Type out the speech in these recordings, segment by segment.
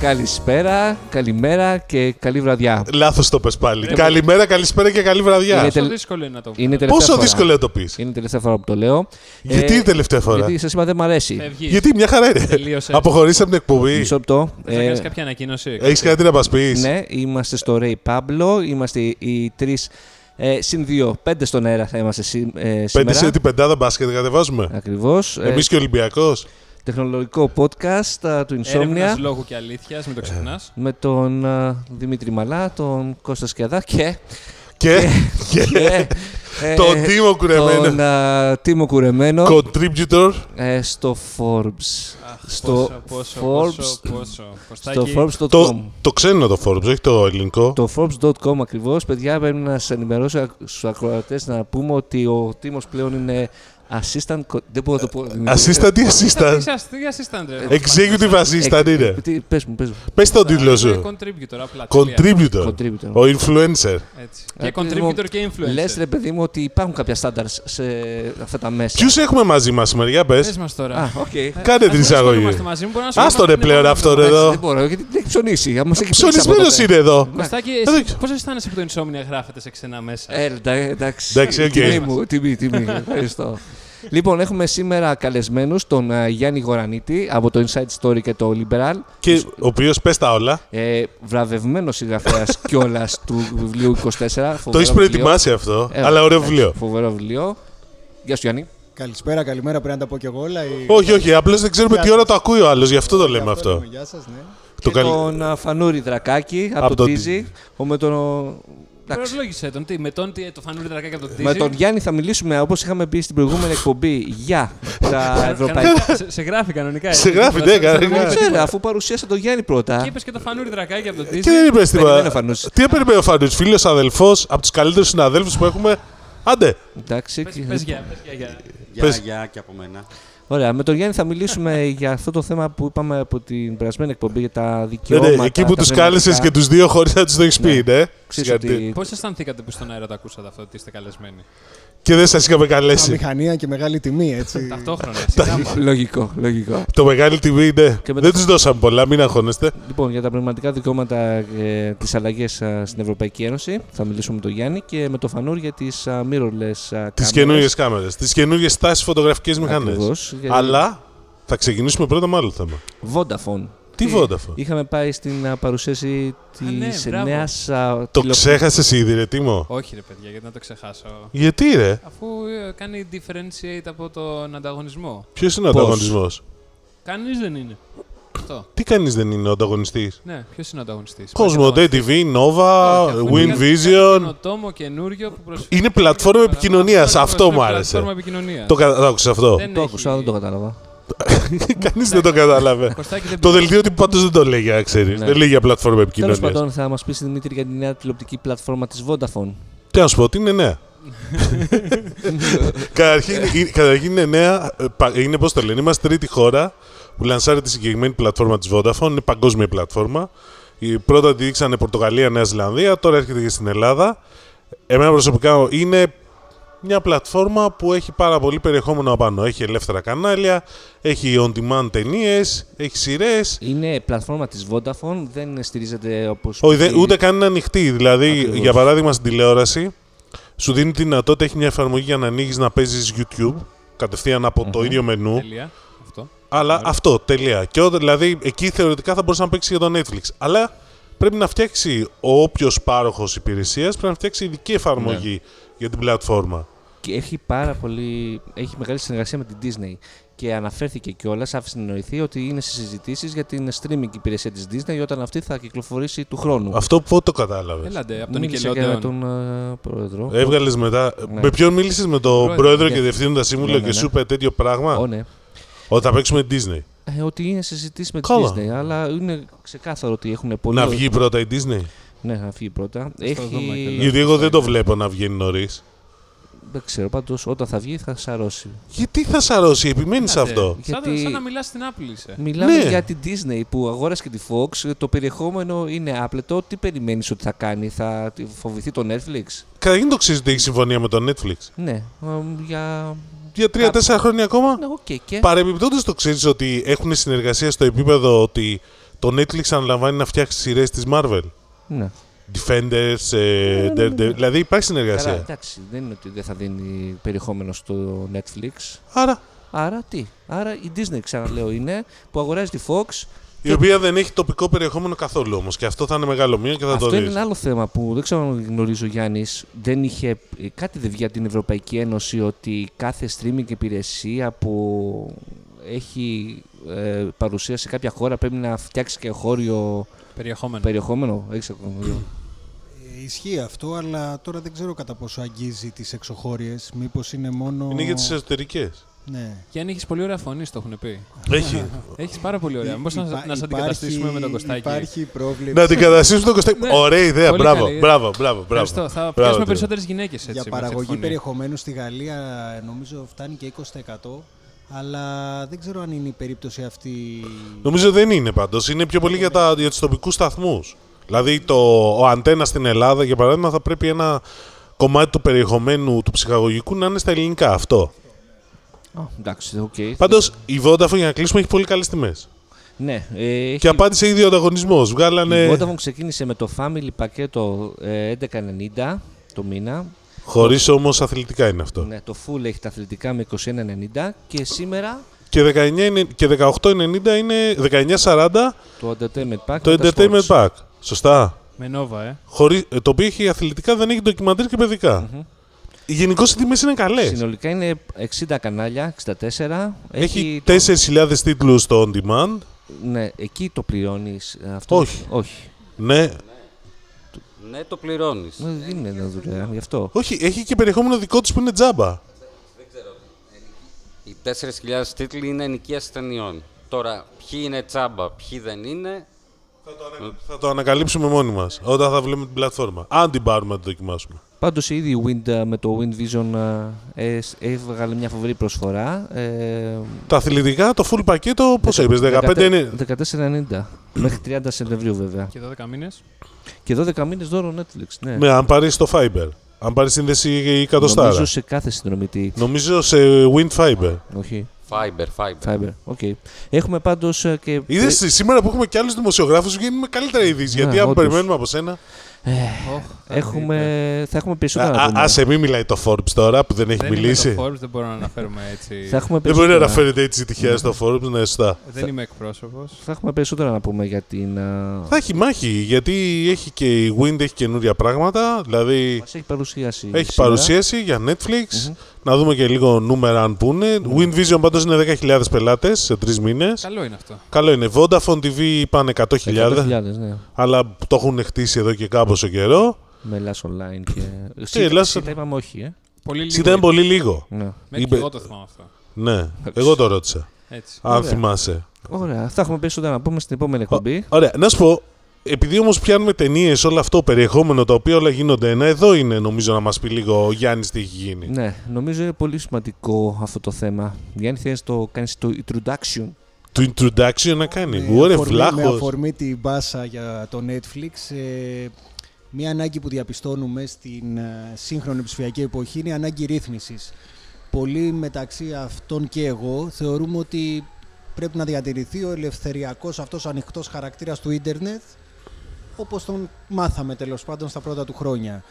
Καλησπέρα, καλημέρα και καλή βραδιά. Λάθος το πες πάλι. Καλημέρα, καλησπέρα και καλή βραδιά. Είναι Πόσο τελ- δύσκολο είναι να το βγάλω. Είναι η τελευταία Πόσο φορά. δύσκολο να το πεις. Είναι η τελευταία φορά που το λέω. Ε, Γιατί η τελευταία φορά. Γιατί σα είπα δεν μ' αρέσει. Θα Ε, βγεις. Γιατί μια χαρά είναι. Τελείωσες. Αποχωρήσαμε την εκπομπή. Μισό λεπτό. Ε, Θα κάνεις κάποια ανακοίνωση. Έχεις κάτι να μας πεις. Ναι, είμαστε στο Ray Pablo. Είμαστε οι τρεις ε, συν δύο. Πέντε στον αέρα θα είμαστε σή, ε, Πέντε σε σήμερα. την πεντάδα μπάσκετ κατεβάζουμε. Ακριβώς. Εμείς και ο Ολυμπιακός. τεχνολογικό podcast α, του Έρευνας Insomnia. Ε, λόγου και αλήθειας, μην το ξεχνάς. Με τον α, Δημήτρη Μαλά, τον Κώστα Σκιαδά και. Και. και- και ε, Τον Τίμο Τον Κουρεμένο. α, Τίμο Κουρεμένο Contributor. ε, στο Forbes. Αχ, στο πόσο, πόσο, Forbes- πόσο, πόσο. Στο Κωστάκη, Forbes.com. Το, το ξένο το Forbes, όχι το ελληνικό. Το Forbes.com ακριβώς, παιδιά, πρέπει να σα ενημερώσω στους ακροατές να πούμε ότι ο Τίμος πλέον είναι assistant. co- Δεν μπορώ να το πω. Assistant ή Είσαι- assistant. Ε, Είσαι αστεία, είσαι στάντρε. Ε, Executive assistant είναι. Πες μου, πες μου. Πες τον τίτλο Ε, σου. Contributor, απλά. τελεία. Contributor. Contributor. Ε, Ο influencer. Έτσι. Ε, Και παιδί μου, contributor και influencer. Λες ρε παιδί μου ότι υπάρχουν κάποια standards σε αυτά τα μέσα. Ποιους έχουμε μαζί μας σήμερα, για πες. Πες μας τώρα. Ε, Α, Ας οκ. Εντάξει, Κάντε την μην ασχολούμαστε εισαγωγή. μαζί μου, μπορεί να ασχολούμαστε Άστο ρε με τον πλέον άλλο. αυτό ρε εδώ. Δεν μπορώ, γιατί την έχει ψωνίσει. Άμα σε έχει ψωνίσει από Ψωνισμένος τότε. είναι εδώ. Κωστάκη, Δεν εσύ ξέρω. πώς αισθάνεσαι που το Insomnia γράφεται σε ξένα μέσα. Ε, εντά- εντάξει. Εντάξει, οκ. Τιμή μου, τιμή, τιμή. Ευχαριστώ. λοιπόν, έχουμε σήμερα καλεσμένους τον ε, Γιάννη Γορανίτη από το Inside Story και το Liberal. Και ο οποίος πες τα όλα. Ε, βραβευμένος συγγραφέας κιόλας του βιβλίου 24. Το φοβερό έχεις βιβλίο. προετοιμάσει αυτό. Ε, Αλλά ωραίο εντάξει, βιβλίο. Φοβερό βιβλίο. Γεια σου Γιάννη. Καλησπέρα, καλημέρα. Πρέπει να τα πω κι εγώ όλα. ή- Όχι, όχι, απλώς δεν ξέρουμε Γεια τι σας. ώρα το ακούει ο άλλος, γι' αυτό το λέμε αυτό. Ε, λέμε, Γεια σας, ναι. και Το καλ- τον α, Φανούρη Δρακάκη από, Από το το Τίζι. Ο με τον... εντάξει. Προλόγησε τον, τι, με τον, τι, το φανούρι τρακάκι από τον Με Τίζη. τον Γιάννη θα μιλήσουμε όπως είχαμε πει στην προηγούμενη εκπομπή για τα ευρωπαϊκά. Κανονικά, σε- Σε γράφει κανονικά. Σε έτσι. γράφει, ναι, Ε, Σε- σε- κανονικά. σε- σε- Ξέρω, αφού παρουσίασα τον Γιάννη Και πρώτα. είπες και το φανούρι τρακάκι Ε, από τον Και Τίζη. δεν είπες Περιμένω τίποτα. Φανούς. Τι έπαιρνε ο Φανούς, φίλος αδελφός, από τους καλύτερους συναδέλφους που έχουμε. Άντε, Εντάξει. Πες- Πες γεια, πες γεια, γεια. Γεια, Πες. γεια και από μένα. Ωραία, με τον Γιάννη θα μιλήσουμε για αυτό το θέμα που είπαμε από την περασμένη εκπομπή για τα δικαιώματα. ναι, ναι, εκεί που τα τους κάλεσε πνευματικά. και τους δύο χωρίς να τους το έχεις πει, ναι. Ξέρεις Γιατί- ότι- Πώ αισθανθήκατε που στον αέρα το ακούσατε αυτό ότι είστε καλεσμένοι. Και δεν σας είχαμε καλέσει. Αμηχανία και μεγάλη τιμή, Ε, έτσι. Ταυτόχρονα. σιγά μου. Λογικό, λογικό. Το μεγάλη τιμή, ναι. Και μετά- Δεν τους δώσαμε πολλά, μην αγχώνεστε. Λοιπόν, για τα πνευματικά δικαιώματα, ε, τις αλλαγές στην Ευρωπαϊκή Ένωση, θα μιλήσουμε με τον Γιάννη και με τον Φανούρ για ε, τι mirrorless. Τι καινούργιε κάμερες, τις καινούργιε τάσεις φωτογραφικές μηχανές. Αλλά θα ξεκινήσουμε πρώτα με άλλο θέμα. Vodafone. Τι Vodafone. Είχαμε πάει στην α, παρουσίαση ε, τη Α, ναι, μπράβο. νέας. Το ξέχασες ήδη, ρε Τίμο. Όχι ρε παιδιά, γιατί να το ξεχάσω. Γιατί ρε, Αφού ε, κάνει differentiate από τον ανταγωνισμό. ποιος είναι ο Πώς. ανταγωνισμός. Κανείς δεν είναι. Αυτό. Τι κανείς δεν είναι ο ανταγωνιστής. Ναι, ποιος είναι ο ανταγωνιστής. Cosmo Day TV, Nova, Win Ένα Vision. τόμο καινούριο που προσφέρει. Είναι πλατφόρμα επικοινωνία. Αυτό Αυτό είναι μου Πλατφόρμα άρεσε. επικοινωνίας. Το κατα- το άκουσες αυτό. Δεν Το έχει- άκουσα, δεν το κατάλαβα. Κανείς δεν το κατάλαβε. Κωστάκη, Το πειράζει. δελτίο τύπου πάντως δεν το λέει, για να ξέρεις. Ναι. Δεν λέει για πλατφόρμα Τέλο επικοινωνία. πάντων, θα μας πεις Δημήτρη για τη νέα τηλεοπτική πλατφόρμα της Vodafone. Τι να σου πω, ότι είναι νέα. Καταρχήν, ε, καταρχήν είναι νέα. ε, πα- Είναι πώς το λένε. Είμαστε τρίτη χώρα που λανσάρει τη συγκεκριμένη πλατφόρμα της Vodafone. Είναι παγκόσμια πλατφόρμα. Η πρώτα τη δείξανε Πορτογαλία, Νέα Ζηλανδία. Τώρα έρχεται και στην Ελλάδα. Εμένα προσωπικά είναι μια πλατφόρμα που έχει πάρα πολύ περιεχόμενο απάνω. Έχει ελεύθερα κανάλια, έχει on-demand ταινίες, έχει σειρές. Είναι πλατφόρμα της Vodafone, δεν στηρίζεται όπως. Όχι, δεν- ούτε καν είναι ανοιχτή. Δηλαδή, Ακριβώς. για παράδειγμα, στην τηλεόραση σου δίνει τη δυνατότητα, έχει μια εφαρμογή για να ανοίγεις να παίζεις YouTube κατευθείαν από το ίδιο μενού. Τελεία. Αυτό. Αλλά αυτό, τελεία. Και ό, δηλαδή εκεί θεωρητικά θα μπορούσε να παίξει για το Netflix. Αλλά πρέπει να φτιάξει ο όποιος πάροχος υπηρεσίας, πρέπει να φτιάξει ειδική Ναι. εφαρμογή για την πλατφόρμα. Και έχει πάρα πολύ. Έχει μεγάλη συνεργασία με την Disney. Και αναφέρθηκε κιόλας, άφησε να νοηθεί, ότι είναι σε συζητήσεις για την streaming υπηρεσία της Disney όταν αυτή θα κυκλοφορήσει του χρόνου. Αυτό που το κατάλαβες. Έλατε, από τον Μίλησε και με Nickelodeon. τον ε, πρόεδρο. Έβγαλες μετά. Ναι. Με ποιον μίλησες, με τον Πρόεδρο. πρόεδρο, Ναι. και διευθύνοντα σύμβουλο Ναι, ναι, και ναι. σου είπε τέτοιο πράγμα. Ω, ναι. Ότι θα παίξουμε Disney. Ε, ότι είναι συζητήσεις με τη Καλά. Disney, αλλά είναι ξεκάθαρο ότι έχουν πολύ. Να βγει πρώτα η Disney. Ναι, να βγει πρώτα. δούμε και Έχει... λέω. Γιατί εγώ δεν το βλέπω να βγαίνει νωρίς. Δεν ξέρω, πάντως όταν θα βγει θα σαρώσει. Γιατί θα σαρώσει, επιμένεις σε Έλατε. αυτό. Σαν- Γιατί- Σαν να μιλάς στην Apple είσαι. Μιλάμε Ναι. για την Disney που αγόρασε και τη Fox. Το περιεχόμενο είναι άπλετο. Τι περιμένεις ότι θα κάνει, θα τη- φοβηθεί το Netflix. Καταρχήν το ξέρεις ότι έχει συμφωνία με το Netflix. Ναι, αμ, για. Για τρία-τέσσερα χρόνια ακόμα. Ναι, οκ, και. Παρεμπιπτόντως το ξέρεις ότι έχουν συνεργασία στο επίπεδο ότι Το Netflix αναλαμβάνει να φτιάξει σειρές της Marvel. Ναι. Defenders, ε, Daredevil. Δηλαδή υπάρχει Καλά, συνεργασία. εντάξει, δεν είναι ότι δεν θα δίνει περιεχόμενο στο Netflix. Άρα, Άρα τι. Άρα η Disney, ξαναλέω, είναι που αγοράζει τη Fox. η οποία δεν έχει τοπικό περιεχόμενο καθόλου όμως. Και αυτό θα είναι μεγάλο μείον και θα Αυτό το είναι δεις. ένα άλλο θέμα που δεν ξέρω αν γνωρίζει ο Γιάννης. Δεν είχε. ε, Κάτι δεν βγει από την Ευρωπαϊκή Ένωση ότι κάθε streaming υπηρεσία που έχει ε, παρουσία σε κάποια χώρα πρέπει να φτιάξει και χώριο Ναι. Περιεχόμενο. περιεχόμενο. Έχεις ακόμα. Ε, Ισχύει αυτό, αλλά τώρα δεν ξέρω κατά πόσο αγγίζει τις εξωχώριες. Μήπως είναι μόνο... Είναι για τις εσωτερικές. Ναι. Και αν έχεις πολύ ωραία φωνή, το έχουν πει. Έχει. Έχεις πάρα πολύ Ε, ωραία. Μήπως να, Υπά- να σε υπάρχει- αντικαταστήσουμε με τον Κωστάκη. Υπάρχει πρόβλεψη. Να την καταστήσουμε τον Κωστάκη. Ναι. Ωραία ιδέα. Πολύ Μπράβο, καλή. μπράβο, μπράβο. μπράβο. Ευχαριστώ. Θα Μπράβο, πιάσουμε Τρίμα. περισσότερες γυναίκες έτσι. Για με αυτή τη παραγωγή φωνή. περιεχομένου στη Γαλλία νομίζω φτάνει και 20%. Αλλά δεν ξέρω αν είναι η περίπτωση αυτή. Νομίζω δεν είναι πάντως. Είναι πιο πολύ για, τα, για τους τοπικούς σταθμούς. Δηλαδή, το, ο αντένας στην Ελλάδα, για παράδειγμα, θα πρέπει ένα κομμάτι του περιεχομένου του ψυχαγωγικού να είναι στα ελληνικά. Αυτό. Α, Εντάξει, οκ. Πάντως, η Vodafone για να κλείσουμε έχει πολύ καλές τιμές. Ναι, ε, έχει... Και απάντησε ήδη ο ανταγωνισμός. Η Βγάλανε. Vodafone ξεκίνησε με το family πακέτο ε, 11.90 το μήνα. Χωρίς όμως αθλητικά είναι αυτό. Ναι, το full έχει τα αθλητικά με 21.90 και σήμερα Και, 19, είναι- και 18,90 είναι 19,40 το entertainment pack. το με τα entertainment sports. pack. Σωστά. Με Nova, ε. Χωρί, το οποίο έχει αθλητικά, δεν έχει ντοκιμαντέρ και παιδικα Γενικώς οι τιμές είναι καλές. Συνολικά είναι 60 κανάλια, 64. Έχει το- 4.000 τίτλους στο on demand. Ναι, εκεί το πληρώνεις αυτό. Όχι. Όχι. Ναι. Ναι, το πληρώνεις. Ε, Δεν είναι να δουλεύει γι' αυτό. Όχι, έχει και περιεχόμενο δικό του που είναι τζάμπα. Οι 4.000 τίτλοι είναι ενοικίαση ταινιών. Τώρα, ποιοι είναι τσάμπα, ποιοι δεν είναι. Θα το ανακαλύψουμε μόνοι μας όταν θα βλέπουμε την πλατφόρμα. Αν την πάρουμε να τη δοκιμάσουμε. Πάντως ήδη η Wind ε, με το Wind Vision ε, ε, σ- έβγαλε μια φοβερή προσφορά. Ε, Τα αθλητικά, το full πακέτο, πώς είπε, 15 είναι. 14,90. Μέχρι 30 Σεπτεμβρίου βέβαια. Και 12 μήνες. Και 12 μήνες δώρο Netflix. Ναι. Ναι, αν πάρεις το Fiber. Αν πάρεις σύνδεση ή κατοστάρα. Νομίζω Νομίζω... σε κάθε συνδρομητή. σε Wind Fiber. Όχι. Fiber, fiber. Fiber. Οκ. Έχουμε πάντως και. Είδες σήμερα που έχουμε και άλλους δημοσιογράφους, βγαίνουμε καλύτερα ειδήσεις. Ναι, γιατί αν όντως. περιμένουμε από σένα. Έχουμε... Θα έχουμε Α, περισσότερα να Ε, ναι. ναι. α, πούμε. άσε, μην μιλάει το Forbes τώρα που δεν έχει Δεν μιλήσει. είμαι το Forbes, δεν μπορώ να αναφέρουμε έτσι. Θα έχουμε Δεν μπορεί περισσότερα. να αναφέρεται έτσι τυχαία στο Forbes, ναι, σωστά. Δεν είμαι εκπρόσωπος. Θα έχουμε περισσότερα να πούμε για την. α, Θα έχει μάχη, γιατί έχει και η Wind έχει καινούρια πράγματα, δηλαδή Μας έχει παρουσιάσει. έχει σήμερα. παρουσίαση για Netflix, να δούμε και λίγο νούμερα αν πούνε. Wind Vision πάντως είναι 10.000 πελάτες σε τρεις μήνες. Καλό είναι αυτό. Καλό είναι. Vodafone TV είπαν 100.000, 100.000, ναι. αλλά το έχουν χτίσει εδώ και κάποιο καιρό. Με Ελλάς online και... Ελλάς- Τα είπαμε όχι, ε. Πολύ λίγο. Ήταν πολύ λίγο. Ναι. Μέχρι είπε- και εγώ το θυμάμαι αυτό. Ναι, εγώ το ρώτησα, Έτσι. αν θυμάσαι. Ωραία. Θα έχουμε περισσότερα να πούμε στην επόμενη εκπομπή. Ωραία, να σου πω, επειδή όμως πιάνουμε ταινίες, όλο αυτό περιεχόμενο το οποίο όλα γίνονται ένα, εδώ είναι νομίζω να μας πει λίγο ο Γιάννης τι έχει γίνει. Ναι, νομίζω είναι πολύ σημαντικό αυτό το θέμα. Γιάννη, θέλει να το κάνεις το introduction. Το introduction να κάνει. Με Ωραία, Ε, αφορμή- Με βλάχος. αφορμή την μπάσα για το Netflix, ε, μια ανάγκη που διαπιστώνουμε στην ε, σύγχρονη ψηφιακή εποχή είναι η ανάγκη ρύθμισης. Πολλοί μεταξύ αυτών και εγώ θεωρούμε ότι πρέπει να διατηρηθεί ο ελευθεριακός αυτός ανοιχτός χαρακτήρας του ίντερνετ όπως τον μάθαμε τέλος πάντων στα πρώτα του χρόνια.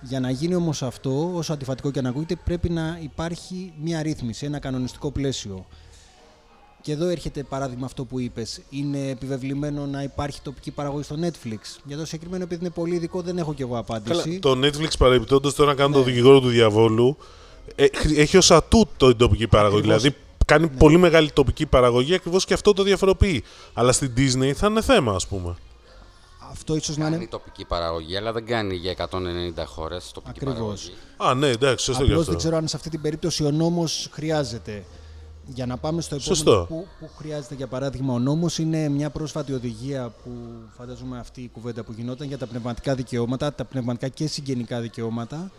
Για να γίνει όμως αυτό, όσο αντιφατικό και αν ακούγεται, πρέπει να υπάρχει μια ρύθμιση, ένα κανονιστικό πλαίσιο. Και εδώ έρχεται παράδειγμα αυτό που είπες. Είναι επιβεβλημένο να υπάρχει τοπική παραγωγή στο Netflix. Για το συγκεκριμένο, επειδή είναι πολύ ειδικό, δεν έχω κι εγώ απάντηση. Το Netflix παρεμπιπτόντως τώρα να κάνει Ναι. το δικηγόρο του διαβόλου ε, χρ- έχει ως ατού την τοπική παραγωγή. Δηλαδή κάνει Ναι. πολύ μεγάλη τοπική παραγωγή ακριβώς και αυτό το διαφοροποιεί. Αλλά στην Disney θα είναι θέμα, ας πούμε. Αυτό ίσως να Κάνει είναι. τοπική παραγωγή, αλλά δεν κάνει για 190 χώρες τοπική Ακριβώς. παραγωγή. Α, ναι, εντάξει, σωστό γι' Απλώς δεν αυτό. ξέρω αν σε αυτή την περίπτωση ο νόμος χρειάζεται. Για να πάμε στο επόμενο Σωστό. Που, που χρειάζεται για παράδειγμα ο νόμος είναι μια πρόσφατη οδηγία που φανταζόμαι αυτή η κουβέντα που γινόταν για τα πνευματικά δικαιώματα, τα πνευματικά και συγγενικά δικαιώματα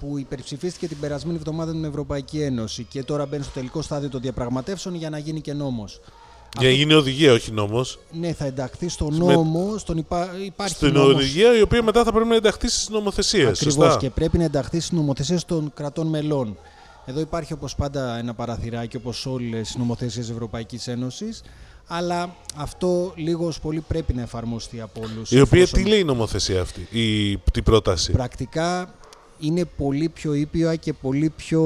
που υπερψηφίστηκε την περασμένη εβδομάδα την Ευρωπαϊκή Ένωση και τώρα μπαίνει στο τελικό στάδιο των διαπραγματεύσεων για να γίνει και νόμος. Για να γίνει οδηγία, όχι νόμος. Ναι, θα ενταχθεί στον νόμο, στον υπα... υπάρχει Στην νόμος. οδηγία η οποία μετά θα πρέπει να ενταχθεί στις νομοθεσίες. Ακριβώς Σωστά. και πρέπει να ενταχθεί στις νομοθεσίες των κρατών μελών. Εδώ υπάρχει όπως πάντα ένα παραθυράκι όπως όλες οι νομοθεσίες Ευρωπαϊκής Ένωσης αλλά αυτό λίγο πολύ πρέπει να εφαρμοστεί από όλους. Η οποία τι λέει η νομοθεσία αυτή, η, την πρόταση. πρακτικά είναι πολύ πιο ήπια και πολύ πιο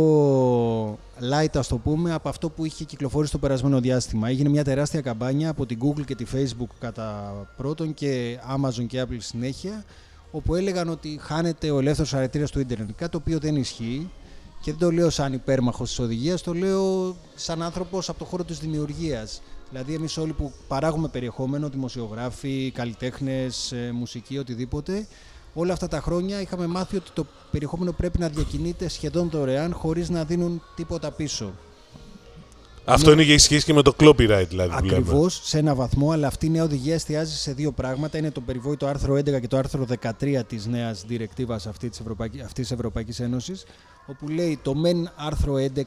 light, ας το πούμε, από αυτό που είχε κυκλοφορήσει το περασμένο διάστημα. Έγινε μια τεράστια καμπάνια από την Google και τη Facebook κατά πρώτον και Amazon και Apple συνέχεια, όπου έλεγαν ότι χάνεται ο ελεύθερος αρετήρας του ίντερνετ, κάτι το οποίο δεν ισχύει. Και δεν το λέω σαν υπέρμαχος της οδηγίας, το λέω σαν άνθρωπος από το χώρο της δημιουργίας. Δηλαδή εμείς όλοι που παράγουμε περιεχόμενο, δημοσιογράφοι, καλλιτέχνες, ε, μουσική, οτιδήποτε, όλα αυτά τα χρόνια είχαμε μάθει ότι το περιεχόμενο πρέπει να διακινείται σχεδόν δωρεάν χωρίς να δίνουν τίποτα πίσω. Ναι. Αυτό είναι για σχέση και με το copyright δηλαδή. που λέμε. Ακριβώς σε ένα βαθμό, αλλά αυτή η νέα οδηγία εστιάζει σε δύο πράγματα. Είναι το περιβόητο άρθρο 11 και το άρθρο 13 της νέας διρεκτίβα αυτή της Ευρωπαϊκής αυτής της Ευρωπαϊκής Ένωσης, όπου λέει το μεν άρθρο 11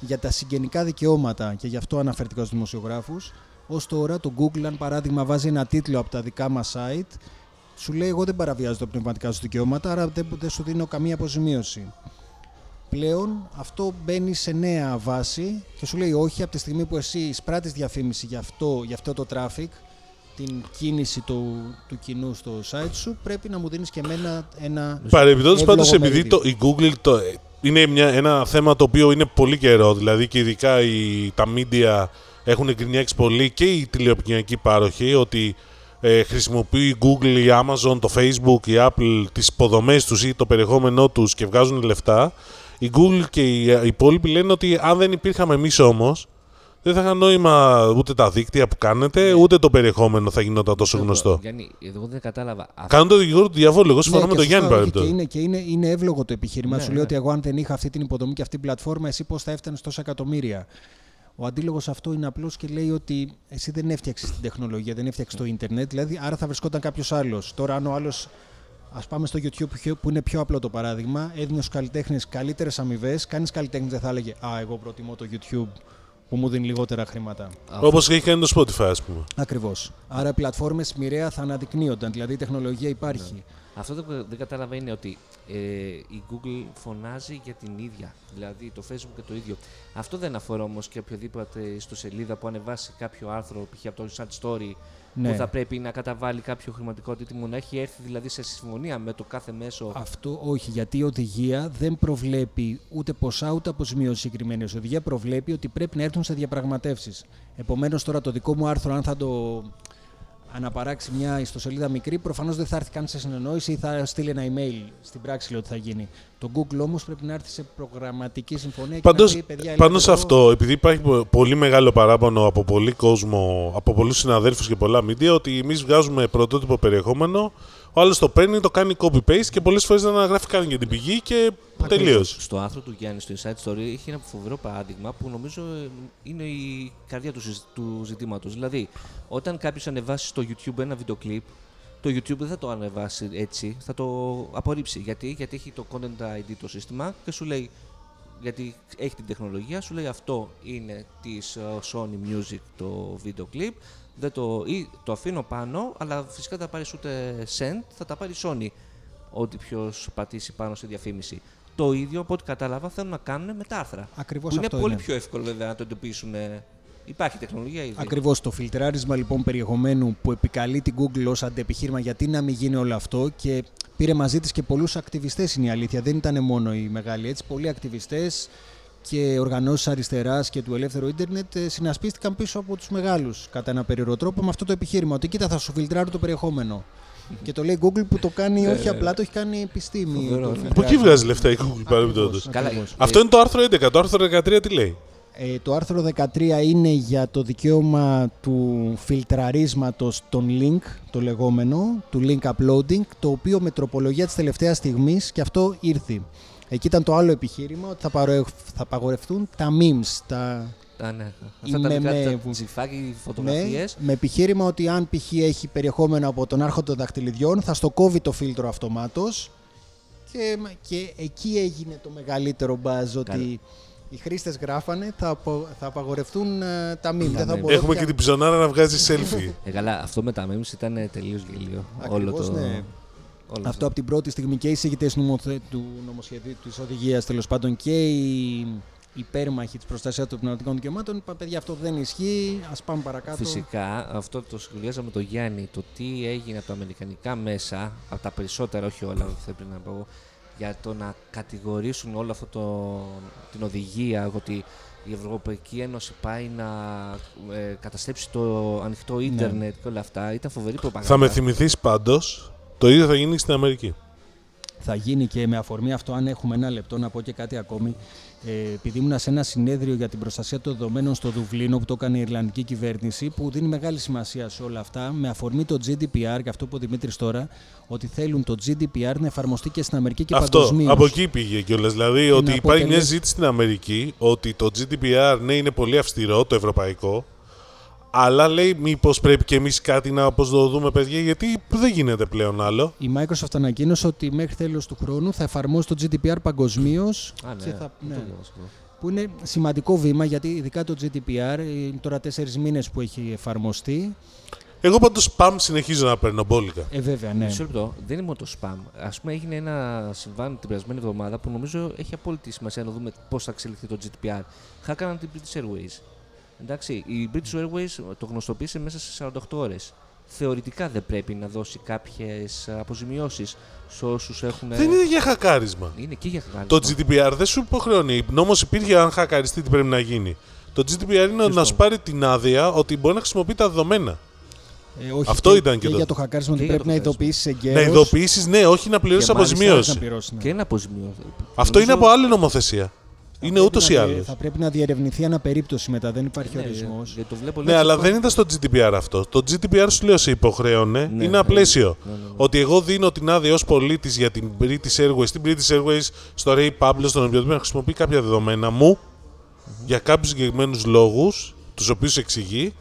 για τα συγγενικά δικαιώματα και γι' αυτό αναφερθήκα στους δημοσιογράφους. Ως τώρα το Google, αν παράδειγμα, βάζει ένα τίτλο από τα δικά μας site, σου λέει: Εγώ δεν παραβιάζω τα πνευματικά σου δικαιώματα, άρα δεν, δεν σου δίνω καμία αποζημίωση πλέον αυτό μπαίνει σε νέα βάση και σου λέει όχι από τη στιγμή που εσύ εισπράττεις διαφήμιση για αυτό, για αυτό το traffic, την κίνηση του, του κοινού στο site σου, πρέπει να μου δίνεις και εμένα ένα Παρεμπιπτόντως εύλογο πάντως, επειδή μερίδιο. το, η Google το, είναι μια, ένα θέμα το οποίο είναι πολύ καιρό, δηλαδή και ειδικά οι, τα media έχουν εγκρινιάξει πολύ και η τηλεοπικοινωνική πάροχη ότι ε, χρησιμοποιεί η Google, η Amazon, το Facebook, η Apple τις υποδομές τους ή το περιεχόμενό τους και βγάζουν λεφτά. Η Google και οι ε, υπόλοιποι λένε ότι αν δεν υπήρχαμε εμείς όμως, δεν θα είχαν νόημα ούτε τα δίκτυα που Ναι. κάνετε, ούτε το περιεχόμενο θα γινόταν τόσο γνωστό. Γιάννη, εγώ δεν κατάλαβα. Αυτό Κάνουν το δικηγόρο του διαβόλου. Εγώ συμφωνώ Ναι, με και τον Γιάννη σωστά, όχι, παρεμπιπτόντως. Και, είναι, και είναι, είναι εύλογο το επιχείρημα. Ναι, Σου λέει ναι. ότι εγώ, αν δεν είχα αυτή την υποδομή και αυτή την πλατφόρμα, εσύ πώς θα έφτανε τόσα εκατομμύρια. Ο αντίλογος αυτό είναι απλός και λέει ότι εσύ δεν έφτιαξες την τεχνολογία, δεν έφτιαξες το Ιντερνετ, δηλαδή άρα θα βρισκόταν κάποιος άλλος. Τώρα, αν ο άλλος. Ας πάμε στο YouTube πιο- που είναι πιο απλό το παράδειγμα. Έδινε στους καλλιτέχνες καλύτερες αμοιβές. Κανείς καλλιτέχνης δεν θα έλεγε Α, εγώ προτιμώ το YouTube που μου δίνει λιγότερα χρήματα. Όπως έχει κάνει το Spotify, ας πούμε. Ακριβώς. Άρα οι πλατφόρμες μοιραία θα αναδεικνύονταν, δηλαδή η τεχνολογία υπάρχει. Αυτό το που δεν κατάλαβα είναι ότι ε, η Google φωνάζει για την ίδια. Δηλαδή το Facebook και το ίδιο. Αυτό δεν αφορά όμως και οποιοδήποτε ιστοσελίδα που ανεβάσει κάποιο άρθρο, π.χ. από το Inside Story, Ναι. που θα πρέπει να καταβάλει κάποιο χρηματικό αντίτιμο, να έχει έρθει δηλαδή σε συμφωνία με το κάθε μέσο. Αυτό όχι, γιατί η οδηγία δεν προβλέπει ούτε ποσά ούτε αποζημίωση συγκεκριμένη. Η οδηγία προβλέπει ότι πρέπει να έρθουν σε διαπραγματεύσεις. Επομένως, τώρα το δικό μου άρθρο, αν θα το αναπαράξει μια ιστοσελίδα μικρή, προφανώς δεν θα έρθει καν σε συνεννόηση ή θα στείλει ένα email. Στην πράξη λέει ότι θα γίνει. Το Google όμως πρέπει να έρθει σε προγραμματική συμφωνία και Πάντως, να πει, παιδιά, πάνω σε ελάτε εδώ». αυτό, επειδή υπάρχει πο- πολύ μεγάλο παράπονο από πολύ κόσμο, από πολλούς συναδέλφους και πολλά media, ότι εμείς βγάζουμε πρωτότυπο περιεχόμενο, ο άλλος το παίρνει, το κάνει copy-paste και πολλές φορές δεν αναγράφει καν για την πηγή και τελείως. Στο άρθρο του Γιάννη στο Inside Story έχει ένα φοβερό παράδειγμα που νομίζω ε, είναι η καρδιά του, συζ- του ζητήματος. Δηλαδή, όταν κάποιος ανεβάσει στο YouTube ένα βίντεο κλιπ, το YouTube δεν θα το ανεβάσει έτσι, θα το απορρίψει. Γιατί, γιατί έχει το Content ID το σύστημα και σου λέει, γιατί έχει την τεχνολογία, σου λέει αυτό είναι της Sony Music το βίντεο κλιπ. Δεν το, ή το αφήνω πάνω, αλλά φυσικά δεν θα πάρεις ούτε cent, θα τα πάρει Sony ότι ποιο πατήσει πάνω στη διαφήμιση. Το ίδιο από ό,τι κατάλαβα θέλουν να κάνουν με τα άρθρα. Ακριβώς που είναι αυτό πολύ είναι. πιο εύκολο βέβαια να το εντοπίσουν. Υπάρχει τεχνολογία ήδη. Ακριβώς. Το φιλτράρισμα λοιπόν περιεχομένου που επικαλεί την Google ως αντεπιχείρημα, γιατί να μην γίνει όλο αυτό και πήρε μαζί της και πολλούς ακτιβιστές είναι η αλήθεια. Δεν ήταν μόνο οι μεγάλοι έτσι. Πολλοί ακτιβιστές και οργανώσεις αριστεράς και του ελεύθερου ίντερνετ ε, συνασπίστηκαν πίσω από τους μεγάλους κατά ένα περίεργο τρόπο με αυτό το επιχείρημα. Ότι κοίτα, θα σου φιλτράρω το περιεχόμενο. και το λέει Google που το κάνει όχι απλά, το έχει κάνει επιστήμη. Ε, Φοβερό, το ναι. Από εκεί φιλτράρισμα. βγάζει λεφτά η Google παρεμπιπτόντω. Καλά, Ακριβώς. Αυτό είναι το άρθρο 11. Το άρθρο 13 τι λέει. Ε, το άρθρο 13 είναι για το δικαίωμα του φιλτραρίσματος των link, το λεγόμενο, του link uploading, το οποίο με τροπολογία της τελευταίας στιγμής και αυτό ήρθε. Εκεί ήταν το άλλο επιχείρημα ότι θα, παρο... θα απαγορευτούν τα memes, τα... Α, ναι. Αυτά τα Είμαι μικρά με- τα τσιφάκι, φωτογραφίες. Ναι, με επιχείρημα ότι αν π.χ. έχει περιεχόμενο από τον άρχοντα δαχτυλιδιών, θα στο κόβει το φίλτρο αυτομάτως και, και εκεί έγινε το μεγαλύτερο μπάζ ότι Καλά. οι χρήστες γράφανε θα, απο- θα απαγορευτούν ε, τα μήνυμα. Τα Δεν θα meme. μπορούν Έχουμε πια- και την ψωνάρα να βγάζει selfie. Ε, καλά, αυτό με τα memes ήταν τελείως γελίο. Ναι. Ακριβώς, όλο το. ναι. όλο Αυτό από την πρώτη στιγμή και οι εισηγητές του νομοσχεδίου της οδηγίας τέλος πάντων και οι, υπέρμαχοι της προστασίας των πνευματικών δικαιωμάτων. Είπα, παιδιά, αυτό δεν ισχύει. Ας πάμε παρακάτω. Φυσικά, αυτό το σχολιάζαμε το Γιάννη, το τι έγινε από τα αμερικανικά μέσα, από τα περισσότερα, όχι όλα, θα πρέπει να πω, για το να κατηγορήσουν όλο αυτό το, την οδηγία ότι η Ευρωπαϊκή Ένωση πάει να ε, καταστρέψει το ανοιχτό ίντερνετ και όλα αυτά. Ήταν φοβερή προπαγάνδα. Ναι. Θα με θυμηθείς πάντως, το ίδιο θα γίνει και στην Αμερική. Θα γίνει και με αφορμή αυτό, αν έχουμε ένα λεπτό, να πω και κάτι ακόμη. Ε, επειδή ήμουν σε ένα συνέδριο για την προστασία των δεδομένων στο Δουβλίνο που το έκανε η Ιρλανδική κυβέρνηση, που δίνει μεγάλη σημασία σε όλα αυτά, με αφορμή το GDPR και αυτό που είπε ο Δημήτρης τώρα, ότι θέλουν το GDPR να εφαρμοστεί και στην Αμερική και Αυτό, παγκοσμίως. από εκεί πήγε κιόλας. Δηλαδή ότι υπάρχει αποτελέσει- μια ζήτηση στην Αμερική ότι το GDPR ναι είναι πολύ αυστηρό το ευρωπαϊκό, αλλά λέει μήπως πρέπει και εμείς κάτι να αποσδοδούμε, παιδιά, γιατί δεν γίνεται πλέον άλλο. Η Microsoft ανακοίνωσε ότι μέχρι τέλος του χρόνου θα εφαρμόσει το GDPR παγκοσμίως. Α, ναι, θα... δεν το ναι. διάβασα αυτό. που είναι σημαντικό βήμα γιατί ειδικά το GDPR είναι ε, τώρα τέσσερις μήνες που έχει εφαρμοστεί. Εγώ πάντως spam συνεχίζω να παίρνω μπόλικα. Ε, βέβαια, ναι. Μισό λεπτό, δεν είναι μόνο το spam. Ας πούμε, έγινε ένα συμβάν την περασμένη εβδομάδα που νομίζω έχει απόλυτη σημασία να δούμε πώς θα εξελιχθεί το GDPR. Χάκαναν την British Airways. Εντάξει, η British Airways το γνωστοποίησε μέσα σε 48 ώρες. Θεωρητικά δεν πρέπει να δώσει κάποιες αποζημιώσεις σε όσους Ναι. έχουν. Δεν είναι για χακάρισμα. Είναι και για χάρη. Το GDPR δεν σου υποχρεώνει. Νόμος υπήρχε αν χακαριστεί τι πρέπει να γίνει. Το GDPR είναι να σου πάρει την άδεια ότι μπορεί να χρησιμοποιεί τα δεδομένα. Ε, όχι, Αυτό ήταν και και το- για το χακάρισμα και ότι για πρέπει το να χακάρισμα. Να ειδοποιήσεις εγκαίρως. ειδοποιήσεις, ναι, όχι να πληρώσεις Και μάλιστα Χωρίς αποζημίωση. να πληρώσεις, ναι. Και ένα αποζημίωση. Αυτό είναι από άλλη νομοθεσία. Είναι ούτω ή Να- άλλω. Ναι, Θα πρέπει να διερευνηθεί ανά περίπτωση μετά, δεν υπάρχει Ναι, ορισμός. γιατί το βλέπω, Ναι, λέω, αλλά «Ω, δεν ήταν στο GDPR αυτό. Το GDPR σου λέω σε υποχρέωνε. Ναι, είναι ένα ναι, πλαίσιο. ναι, ναι, ναι. Ότι εγώ δίνω την άδεια ως πολίτης για την British Airways, την British Airways στο Ray Pablo, στον οποιοδήποτε να χρησιμοποιεί κάποια δεδομένα μου για κάποιους συγκεκριμένους λόγους, τους οποίους εξηγεί.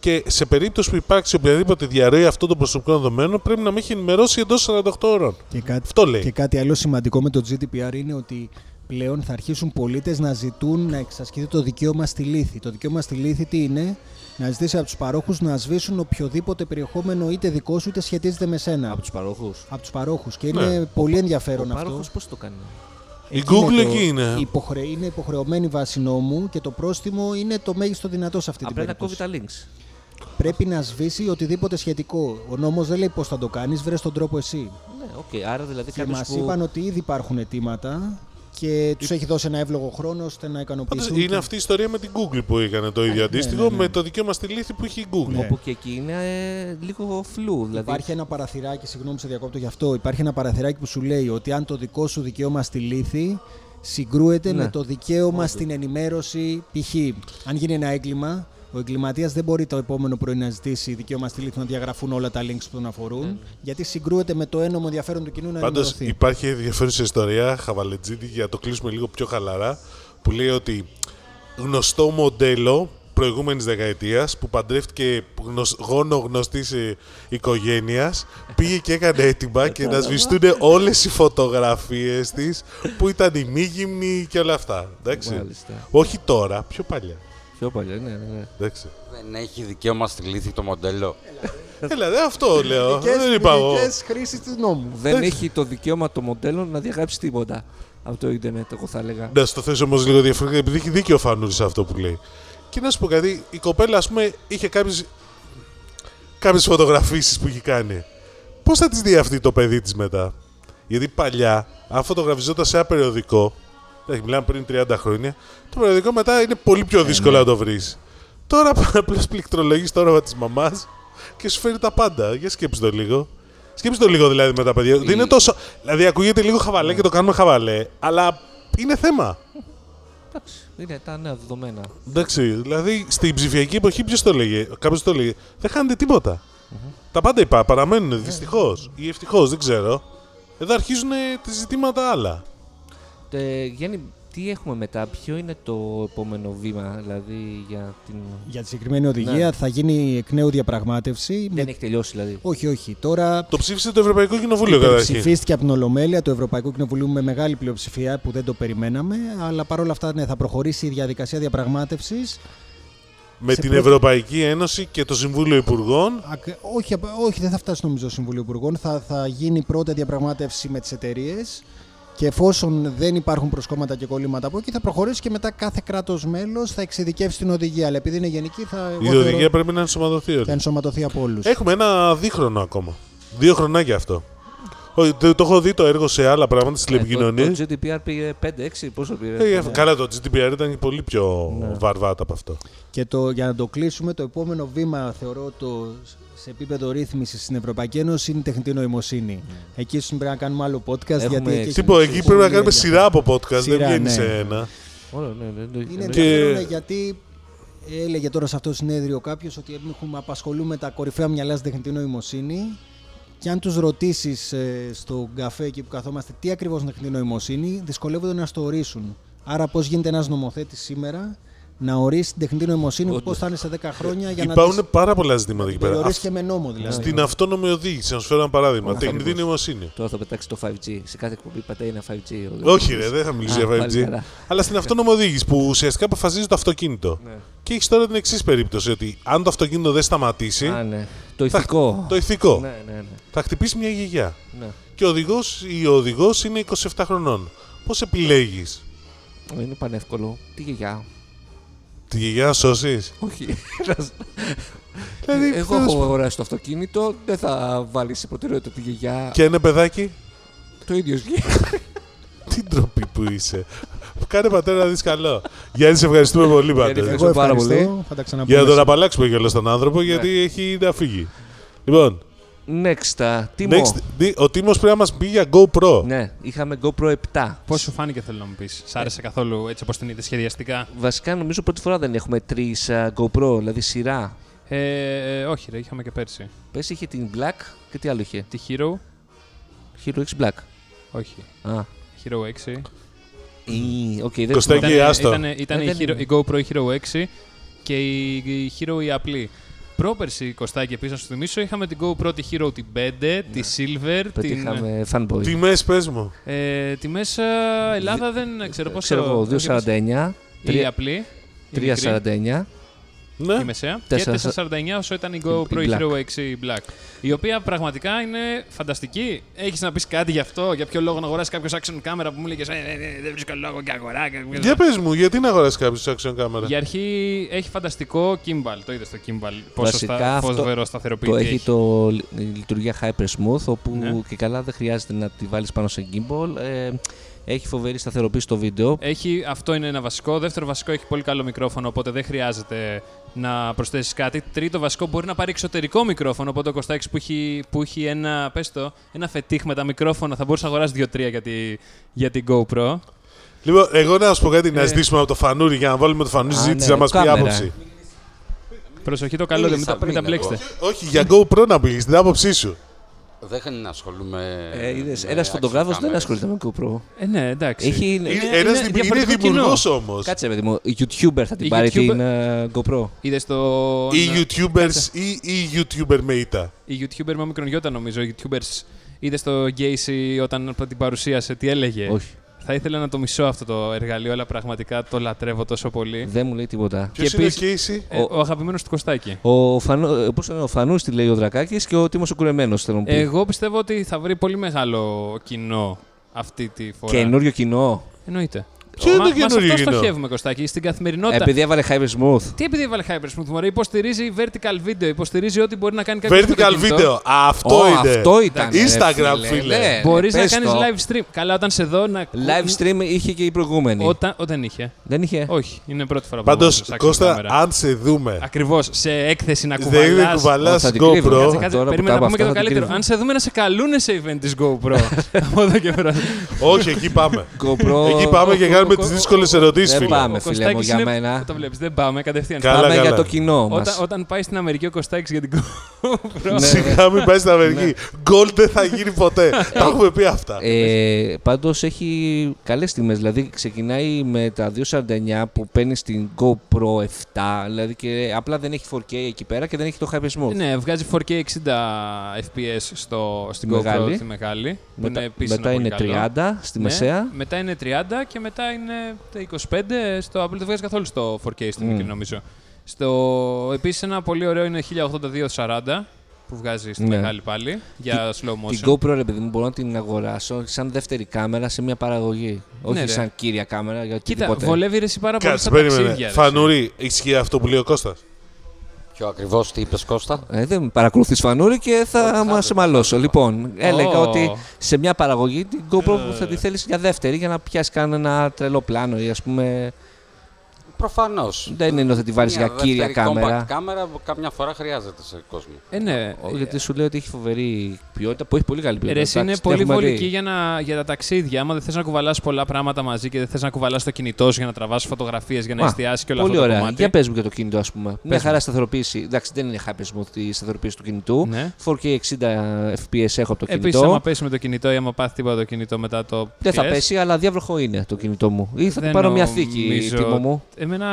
Και σε περίπτωση που υπάρξει οποιαδήποτε διαρροή αυτών των προσωπικών δεδομένων, πρέπει να με έχει ενημερώσει εντός 48 ώρων. Και κάτι, Αυτό λέει. και κάτι άλλο σημαντικό με το GDPR είναι ότι πλέον θα αρχίσουν πολίτες να ζητούν να εξασκείται το δικαίωμα στη λύθη. Το δικαίωμα στη λύθη τι είναι, να ζητήσει από τους παρόχους να σβήσουν οποιοδήποτε περιεχόμενο είτε δικό σου είτε σχετίζεται με σένα. Από τους παρόχους. από τους παρόχους και Ναι. είναι πολύ Ο ενδιαφέρον αυτό. παρόχος πώς το κάνει. Η Εκεί Google είναι το- εκεί είναι. Υποχρε... Είναι υποχρεωμένη βάση νόμου και το πρόστιμο είναι το μέγιστο δυνατό σε αυτή την Απλά να κόβει περίπτωση. τα links. Πρέπει να σβήσει οτιδήποτε σχετικό. Ο νόμος δεν λέει πώς θα το κάνεις, βρες τον τρόπο εσύ. Ναι, οκ. Άρα δηλαδή Και κάποιος μας που είπαν ότι ήδη υπάρχουν αιτήματα και τους έχει δώσει ένα εύλογο χρόνο ώστε να Πάντως, ικανοποιηθούν. είναι και- αυτή η ιστορία με την Google που έκανε το ίδιο αντίστοιχο, ναι, ναι. με το δικαίωμα στη λύθη που έχει η Google. Ναι. Όπου και εκεί είναι ε, λίγο φλού. Δηλαδή, Υπάρχει ένα παραθυράκι, συγγνώμη σε διακόπτω γι' αυτό, υπάρχει ένα παραθυράκι που σου λέει ότι αν το δικό σου δικαίωμα στη λύθη συγκρούεται Ναι. με το δικαίωμα στην ενημέρωση π.χ. Αν γίνει ένα έγκλημα, ο εγκληματίας δεν μπορεί το επόμενο πρωί να ζητήσει δικαίωμα στη λύθη να διαγραφούν όλα τα links που τον αφορούν, Ναι, γιατί συγκρούεται με το ένομο ενδιαφέρον του κοινού να Πάντως ενημερωθεί. υπάρχει ενδιαφέρουσα ιστορία, χαβαλετζίτη, για να το κλείσουμε λίγο πιο χαλαρά, που λέει ότι γνωστό μοντέλο προηγούμενης δεκαετίας που παντρεύτηκε γνωσ... γόνο γνωστής οικογένειας, πήγε και έκανε έτοιμα και να σβηστούν όλες οι φωτογραφίες της που ήταν ημίγυμνη και όλα αυτά. Εντάξει. Μάλιστα. Όχι τώρα, πιο παλιά. Πιο παλιά, ναι, ναι. ναι. Εντάξει. Δεν έχει δικαίωμα στη λύθη το μοντέλο. Έλα, δε, αυτό ε, λέω. Δεν είπα εγώ. χρήσεις του νόμου. Δεν έχει το δικαίωμα το μοντέλο να διαγράψει τίποτα από το Ιντερνετ, εγώ θα έλεγα. Να Ναι, στο θέσω όμως λίγο διαφορετικά, επειδή έχει δίκιο ο Φανούρη αυτό που λέει. Και να σου πω κάτι, η κοπέλα, ας πούμε, είχε κάποιες κάποιες φωτογραφίσεις που είχε κάνει. Πώς θα τις δει αυτή το παιδί της μετά, Γιατί παλιά, αν φωτογραφιζόταν σε ένα περιοδικό, εντάξει, μιλάμε πριν 30 χρόνια, το περιοδικό μετά είναι πολύ πιο δύσκολο να το βρεις. Τώρα απλώς πληκτρολογείς το όνομα της μαμάς και σου φέρει τα πάντα. Για σκέψτε το λίγο. Σκέψτε το λίγο δηλαδή με τα παιδιά. Δεν είναι τόσο. Δηλαδή ακούγεται λίγο χαβαλέ και το κάνουμε χαβαλέ, αλλά είναι θέμα. Εντάξει, είναι τα νέα δεδομένα. Εντάξει, δηλαδή στην ψηφιακή εποχή ποιος το λέγε, κάποιος το λέγε. Δεν χάνετε τίποτα. Τα πάντα είπα, παραμένουν δυστυχώ ή ευτυχώς, δεν ξέρω. Εδώ αρχίζουν τα ζητήματα άλλα. Ε, Γιάννη, τι έχουμε μετά, ποιο είναι το επόμενο βήμα, δηλαδή για την. Για τη συγκεκριμένη οδηγία Ναι. θα γίνει εκ νέου διαπραγμάτευση. Δεν έχει τελειώσει δηλαδή. Όχι, όχι. Τώρα Το ψήφισε το Ευρωπαϊκό Κοινοβούλιο καταρχήν. Ψηφίστηκε από την Ολομέλεια του Ευρωπαϊκού Κοινοβουλίου με μεγάλη πλειοψηφία που δεν το περιμέναμε. Αλλά παρόλα αυτά ναι, θα προχωρήσει η διαδικασία διαπραγμάτευσης. Με σε την πρώτη- Ευρωπαϊκή Ένωση και το Συμβούλιο Υπουργών. Όχι, απ- όχι, δεν θα φτάσει νομίζω στο Συμβούλιο Υπουργών. Θα, θα γίνει πρώτα διαπραγμάτευση με τις εταιρείες Και εφόσον δεν υπάρχουν προσκόμματα και κολλήματα από εκεί, θα προχωρήσει και μετά κάθε κράτος μέλος θα εξειδικεύσει την οδηγία. Αλλά επειδή είναι γενική, θα, εγώ Η θεωρώ, οδηγία πρέπει να ενσωματωθεί. θα όλοι. ενσωματωθεί από όλους. Έχουμε ένα δίχρονο ακόμα. Δύο χρονάκια αυτό. Όχι, το, το έχω δει το έργο σε άλλα πράγματα τη τηλεπικοινωνία. Ε, το, το GDPR πήρε 5-6, πόσο πήρε. Ε, Καλά, το GDPR ήταν πολύ πιο Ναι. βαρβάτα από αυτό. Και το, για να το κλείσουμε, το επόμενο βήμα θεωρώ το σε επίπεδο ρύθμισης στην Ευρωπαϊκή Ένωση είναι η τεχνητή νοημοσύνη. Εκεί ίσω πρέπει να κάνουμε άλλο podcast. Ναι. Έχουμε γιατί εκεί Τι έχει Τύπο, εκεί πολύ πρέπει να κάνουμε ενδιαφέρον. σειρά από podcast, δεν Σειρά, βγαίνει ναι. σε ένα. Ωραία, ναι, ναι, ναι, Είναι ναι. Και- ενδιαφέρον γιατί έλεγε τώρα σε αυτό το συνέδριο κάποιος ότι έχουμε απασχολούμε τα κορυφαία μυαλά στην τεχνητή νοημοσύνη. Και αν τους ρωτήσεις στο καφέ εκεί που καθόμαστε τι ακριβώς είναι τεχνητή νοημοσύνη, δυσκολεύονται να στο ορίσουν. Άρα, πώς γίνεται ένας νομοθέτης σήμερα να ορίσει την τεχνητή νοημοσύνη, Όντως. πώς θα είναι σε 10 χρόνια Ε, για να Ε, Υπάρχουν την πάρα πολλά ζητήματα εκεί πέρα. περιορίσει και με νόμο δηλαδή. Στην αυτόνομη οδήγηση, να σου φέρω ένα παράδειγμα. Τεχνητή ακριβώς. νοημοσύνη. Τώρα θα πετάξει το 5G. Σε κάθε εκπομπή πατάει ένα 5G. ο- Όχι, ρε, δεν θα μιλήσει Α, για πάλι 5G. καλά. Ε. Αλλά στην αυτόνομη οδήγηση που ουσιαστικά αποφασίζει το αυτοκίνητο. Ναι. Και έχεις τώρα την εξής περίπτωση, ότι αν το αυτοκίνητο δεν σταματήσει, Α, ναι. Το θα- ηθικό. το ηθικό, Ναι, ναι, ναι. θα χτυπήσει μια γιαγιά. ναι. Και ο οδηγός, η οδηγός είναι 27 χρονών. Πώς επιλέγεις Είναι πανεύκολο. Τι γιαγιά. τη γιαγιά σώσεις. Όχι. ένας- Δηλαδή, Ε, Εγώ θέλω να σου έχω πω, αγοράσει το αυτοκίνητο. Δεν θα βάλει σε προτεραιότητα τη γιαγιά. Και ένα παιδάκι, Το ίδιο γίνεται. τι ντροπή που είσαι. Κάνε πατέρα να δεις καλό. Γιάννη, σε ευχαριστούμε πολύ Γιάννη, πάντως. Εγώ πάρα ευχαριστώ. πολύ. Θα τα ξαναπούμε. Για να τον σε- απαλλάξουμε κιόλας τον άνθρωπο, Ναι. γιατί έχει να φύγει. Λοιπόν, Next. α, Τίμο. next, δι- ο Τίμος πρέπει να μας πει για GoPro. Ναι, είχαμε GoPro 7. Πώ σου φάνηκε, θέλω να μου πεις. Σ' άρεσε καθόλου έτσι όπως την είδες σχεδιαστικά. Βασικά νομίζω πρώτη φορά δεν έχουμε τρεις GoPro, δηλαδή σειρά. Ε, ε, όχι, ρε, είχαμε και πέρσι. Πες είχε την Black και τι άλλο είχε. Τη Hero, Hero X Black. όχι. Α. Hero 6. Ή, Οκ, δεν Κωστάκη. θυμάμαι. Εκεί, άστο. ήταν, ήταν Ε, η, δεν Hero, είναι. η GoPro η Hero 6 και η, η Hero η απλή. Πρόπερση, Κωστάκη, επίσης να σου θυμίσω, είχαμε την GoPro τη Hero την 5, τη Silver, Ναι. την... Πετύχαμε fanboy. Τιμές, πες μου. Ε, τη μέσα Ελλάδα δεν ξέρω πόσο... ε, Ξέρω εγώ, 2,49. Η 3, απλή, η μικρή, 3,49. η Ναι. μεσαία, και 4,49 4,49 όσο ήταν η GoPro η η Hero 6 η Black. Η οποία πραγματικά είναι φανταστική. Έχεις να πεις κάτι γι' αυτό, για ποιο λόγο να αγοράσεις κάποιος action camera που μου λέγες «Ε, ε, ε, δεν βρίσκω λόγο και αγορά. και- Για πες μου, γιατί να αγοράσεις κάποιος action κάμερα. Για αρχή έχει φαντα,στικό gimbal. Το είδες το gimbal. Πόσο Βασικά στα, αυτό πόσο βερό Το σταθεροποιητή έχει το, λει- η λειτουργία Hyper Smooth, όπου Ναι. και καλά δεν χρειάζεται να τη βάλεις πάνω σε gimbal. Ε, έχει φοβερή σταθεροποίηση στο βίντεο. Έχει, αυτό είναι ένα βασικό. Δεύτερο βασικό έχει πολύ καλό μικρόφωνο, οπότε δεν χρειάζεται να προσθέσεις κάτι. Τρίτο βασικό μπορεί να πάρει εξωτερικό μικρόφωνο. Οπότε ο Κωστάκης που έχει, που έχει ένα, πες το, ένα φετίχ με τα μικρόφωνα θα μπορούσε να αγοράσει δύο-τρία για, τη, για την GoPro. Λοιπόν, εγώ να σου πω κάτι, να Ε. ζητήσουμε από το φανούρι για να βάλουμε το φανούρι Α, συζήτηση ναι, να μας πει κάμερα. άποψη. Προσοχή το καλό, δεν Μίλησα μην, τα- μην πριν τα εγώ. μπλέξετε. Όχι, για GoPro να πει την άποψή σου. Δεν ασχολούμαι. Ε, είδες, με ένας action φωτογράφος δεν ναι, κάμερες. ασχολείται με GoPro. Ε, ναι, εντάξει. Έχει, Είναι, είναι Ε, ένας δημι- είναι διαφορετικό δημιουργό κοινό. όμως. Κάτσε, παιδί μου, η YouTuber θα την Η πάρει YouTuber- την ε, GoPro. Είδες το. λοιπόν, Οι ναι. YouTubers ή οι YouTuber με ήττα. Η YouTuber με μικρον γιώτα νομίζω, οι YouTubers. Είδες το Γκέισι όταν την παρουσίασε, τι έλεγε. Όχι. Θα ήθελα να το μισώ αυτό το εργαλείο, αλλά πραγματικά το λατρεύω τόσο πολύ. Δεν μου λέει τίποτα. Ποιος Και είναι ο επίσης- Casey? Ε, ο αγαπημένος του Κωστάκη. Ο Φανού, ε, πώς είναι ο Φανούς τη λέει ο Δρακάκης και ο Τίμος ο Κουρεμένος θέλω να μου πει. Εγώ πιστεύω ότι θα βρει πολύ μεγάλο κοινό αυτή τη φορά. Καινούριο κοινό. Εννοείται. Ποιο είναι Μα- το καινούριο Μας αυτό κοινό? στοχεύουμε, Κωστάκη, στην καθημερινότητα. Ε, Επειδή έβαλε Hyper Smooth. Τι επειδή έβαλε Hypersmooth, μωρέ, υποστηρίζει vertical video, υποστηρίζει ό,τι μπορεί να κάνει κάποιος. Vertical video. Ε, Αυτό Ω, είναι. Αυτό ήταν. ρε, Instagram, φίλε. Ναι, Μπορείς να πες κάνεις το. live stream. Καλά, όταν σε δω να. Live stream είχε και η προηγούμενη. Όταν, όταν είχε. Δεν είχε. Όχι, είναι πρώτη φορά που Πάντως, βάζω σε action Κώστα, camera. αν σε δούμε. Ακριβώς. Σε έκθεση να Δεν είναι κουβαλάς... κουβαλάς θα την κρύβω. GoPro. Κάτσε, Κάτσε, Τώρα που τα περίμενα να είπα πούμε και το αυτά, θα την καλύτερο. κρύβω. Αν σε δούμε να σε καλούν σε event της GoPro. από εδώ και πέρα. Όχι, εκεί πάμε. GoPro. Εκεί πάμε και ο- κάνουμε ο- τι ο- δύσκολες ερωτήσεις, Δεν φίλε. πάμε. Ο φίλε Κωστάκης μου, για είναι- μένα. Το βλέπεις, δεν πάμε κατευθείαν. Καλά, Πάμε για καλά. το κοινό μας. Όταν, όταν πάει στην Αμερική ο Κωστάκης για την GoPro. Ναι. Σιγά μην πάει στην Αμερική. Γκολ δεν θα γίνει ποτέ. Τα έχουμε πει αυτά. Ε, Πάντως έχει καλές τιμέ. Δηλαδή ξεκινάει με τα 249 που παίρνει στην GoPro 7. Δηλαδή και απλά δεν έχει 4K εκεί πέρα και δεν έχει το Hyper Smooth. ναι, βγάζει 4K 60 FPS στο, στην Μεγάλη. GoPro τη μεγάλη. που είναι Μετά, επίσης μετά ένα είναι πολύ καλό. 30 στη Ναι, μεσαία. Μετά είναι 30 και μετά είναι τα 25 στο Apple. Δεν βγάζει καθόλου Mm. στο 4K στη μικρή νομίζω. Στο... Επίσης ένα πολύ ωραίο είναι 1080-240 που βγάζει στη Ναι. μεγάλη πάλι για slow motion. Την GoPro, ρε παιδί μου, μπορώ να την αγοράσω σαν δεύτερη κάμερα σε μια παραγωγή. Όχι Ναι, ρε. σαν κύρια κάμερα για Κοίτα, οτιδήποτε. βολεύει ρε εσύ πάρα πολύ Κάτσε, στα περίμενε. ταξίδια. Φανούλη. Φανουρή, ισχύει αυτό που λέει ο Κώστας. Πιο ακριβώς τι είπες, Κώστα. Ε, δεν με παρακολουθείς Φανούρη και θα μα μαλώσω. Λοιπόν, έλεγα Ω. ότι σε μια παραγωγή την GoPro θα τη θέλεις για δεύτερη για να πιάσεις κανένα τρελό πλάνο ή ας πούμε Προφανώς. δεν είναι ότι θα τη βάλεις για κύρια κάμερα. κάμερα καμιά φορά χρειάζεται σε κόσμο. Ε, ναι. Ο- Γιατί σου λέω ότι έχει φοβερή ποιότητα που έχει πολύ καλή Ε, ποιότητα. Ρε, εσύ είναι Εντάξει, την πολύ έχουμε δει. βολική για, να, για τα ταξίδια. Άμα δεν θες να κουβαλάς πολλά πράγματα μαζί και δεν θες να κουβαλάς το κινητό σου για να τραβάς φωτογραφίες για να Μα, εστιάσει και όλο Πολύ αυτό το ωραία. κομμάτι. Για πες μου και το Ναι. κινητό, ας πούμε. Μια μου. χαρά σταθεροποίηση. Εντάξει, δεν είναι χάπεσμο τη σταθεροποίηση του κινητού. Ναι. 4K 60 FPS έχω από το Επίσης, κινητό. Ε, άμα πέσει με το κινητό ή άμα πάθει τίποτα το κινητό μετά το. Δεν θα πιες, πέσει, αλλά διάβροχο είναι το κινητό μου. Ή θα του δεν πάρω μια θήκη, νομίζω- τίμω μου. Εμένα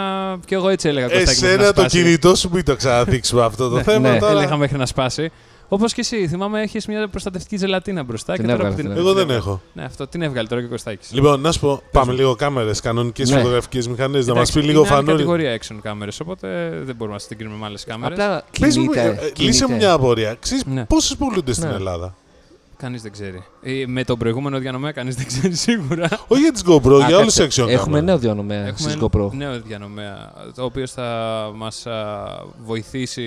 κι εγώ έτσι έλεγα. Κωστάκη, μέχρι να Εσένα το σπάσει. κινητό σου μην το ξαναδείξουμε αυτό το θέμα ναι. τώρα. Έλεγα μέχρι να σπάσει. Όπως και εσύ, θυμάμαι έχεις μια προστατευτική ζελατίνα μπροστά. Την και τώρα έβγαλε, που την... την Εγώ δεν έχω. Ναι, αυτό την έβγαλε τώρα και ο Κωστάκης. Λοιπόν, να σου πω, πάμε λίγο κάμερες, κανονικές Ναι. φωτογραφικές μηχανές, να μας Εντάξει, πει λίγο είναι άλλη φανόρι. κατηγορία action κάμερες, οπότε δεν μπορούμε να σας την κρίνουμε με άλλες κάμερες. Απλά Πες μου, κινείται. ε, ε, λύσε μου μια απορία. Ξέρεις Ναι. πόσες πουλούνται στην Ναι. Ελλάδα. Κανείς δεν ξέρει. Ε, με τον προηγούμενο διανομέα κανείς δεν ξέρει σίγουρα. Όχι για τις GoPro, Α, για όλε κάτσε. τι action Έχουμε Ναι. κάμερες. νέο διανομέα Έχουμε στις GoPro. νέο διανομέα, το οποίο θα μας α, βοηθήσει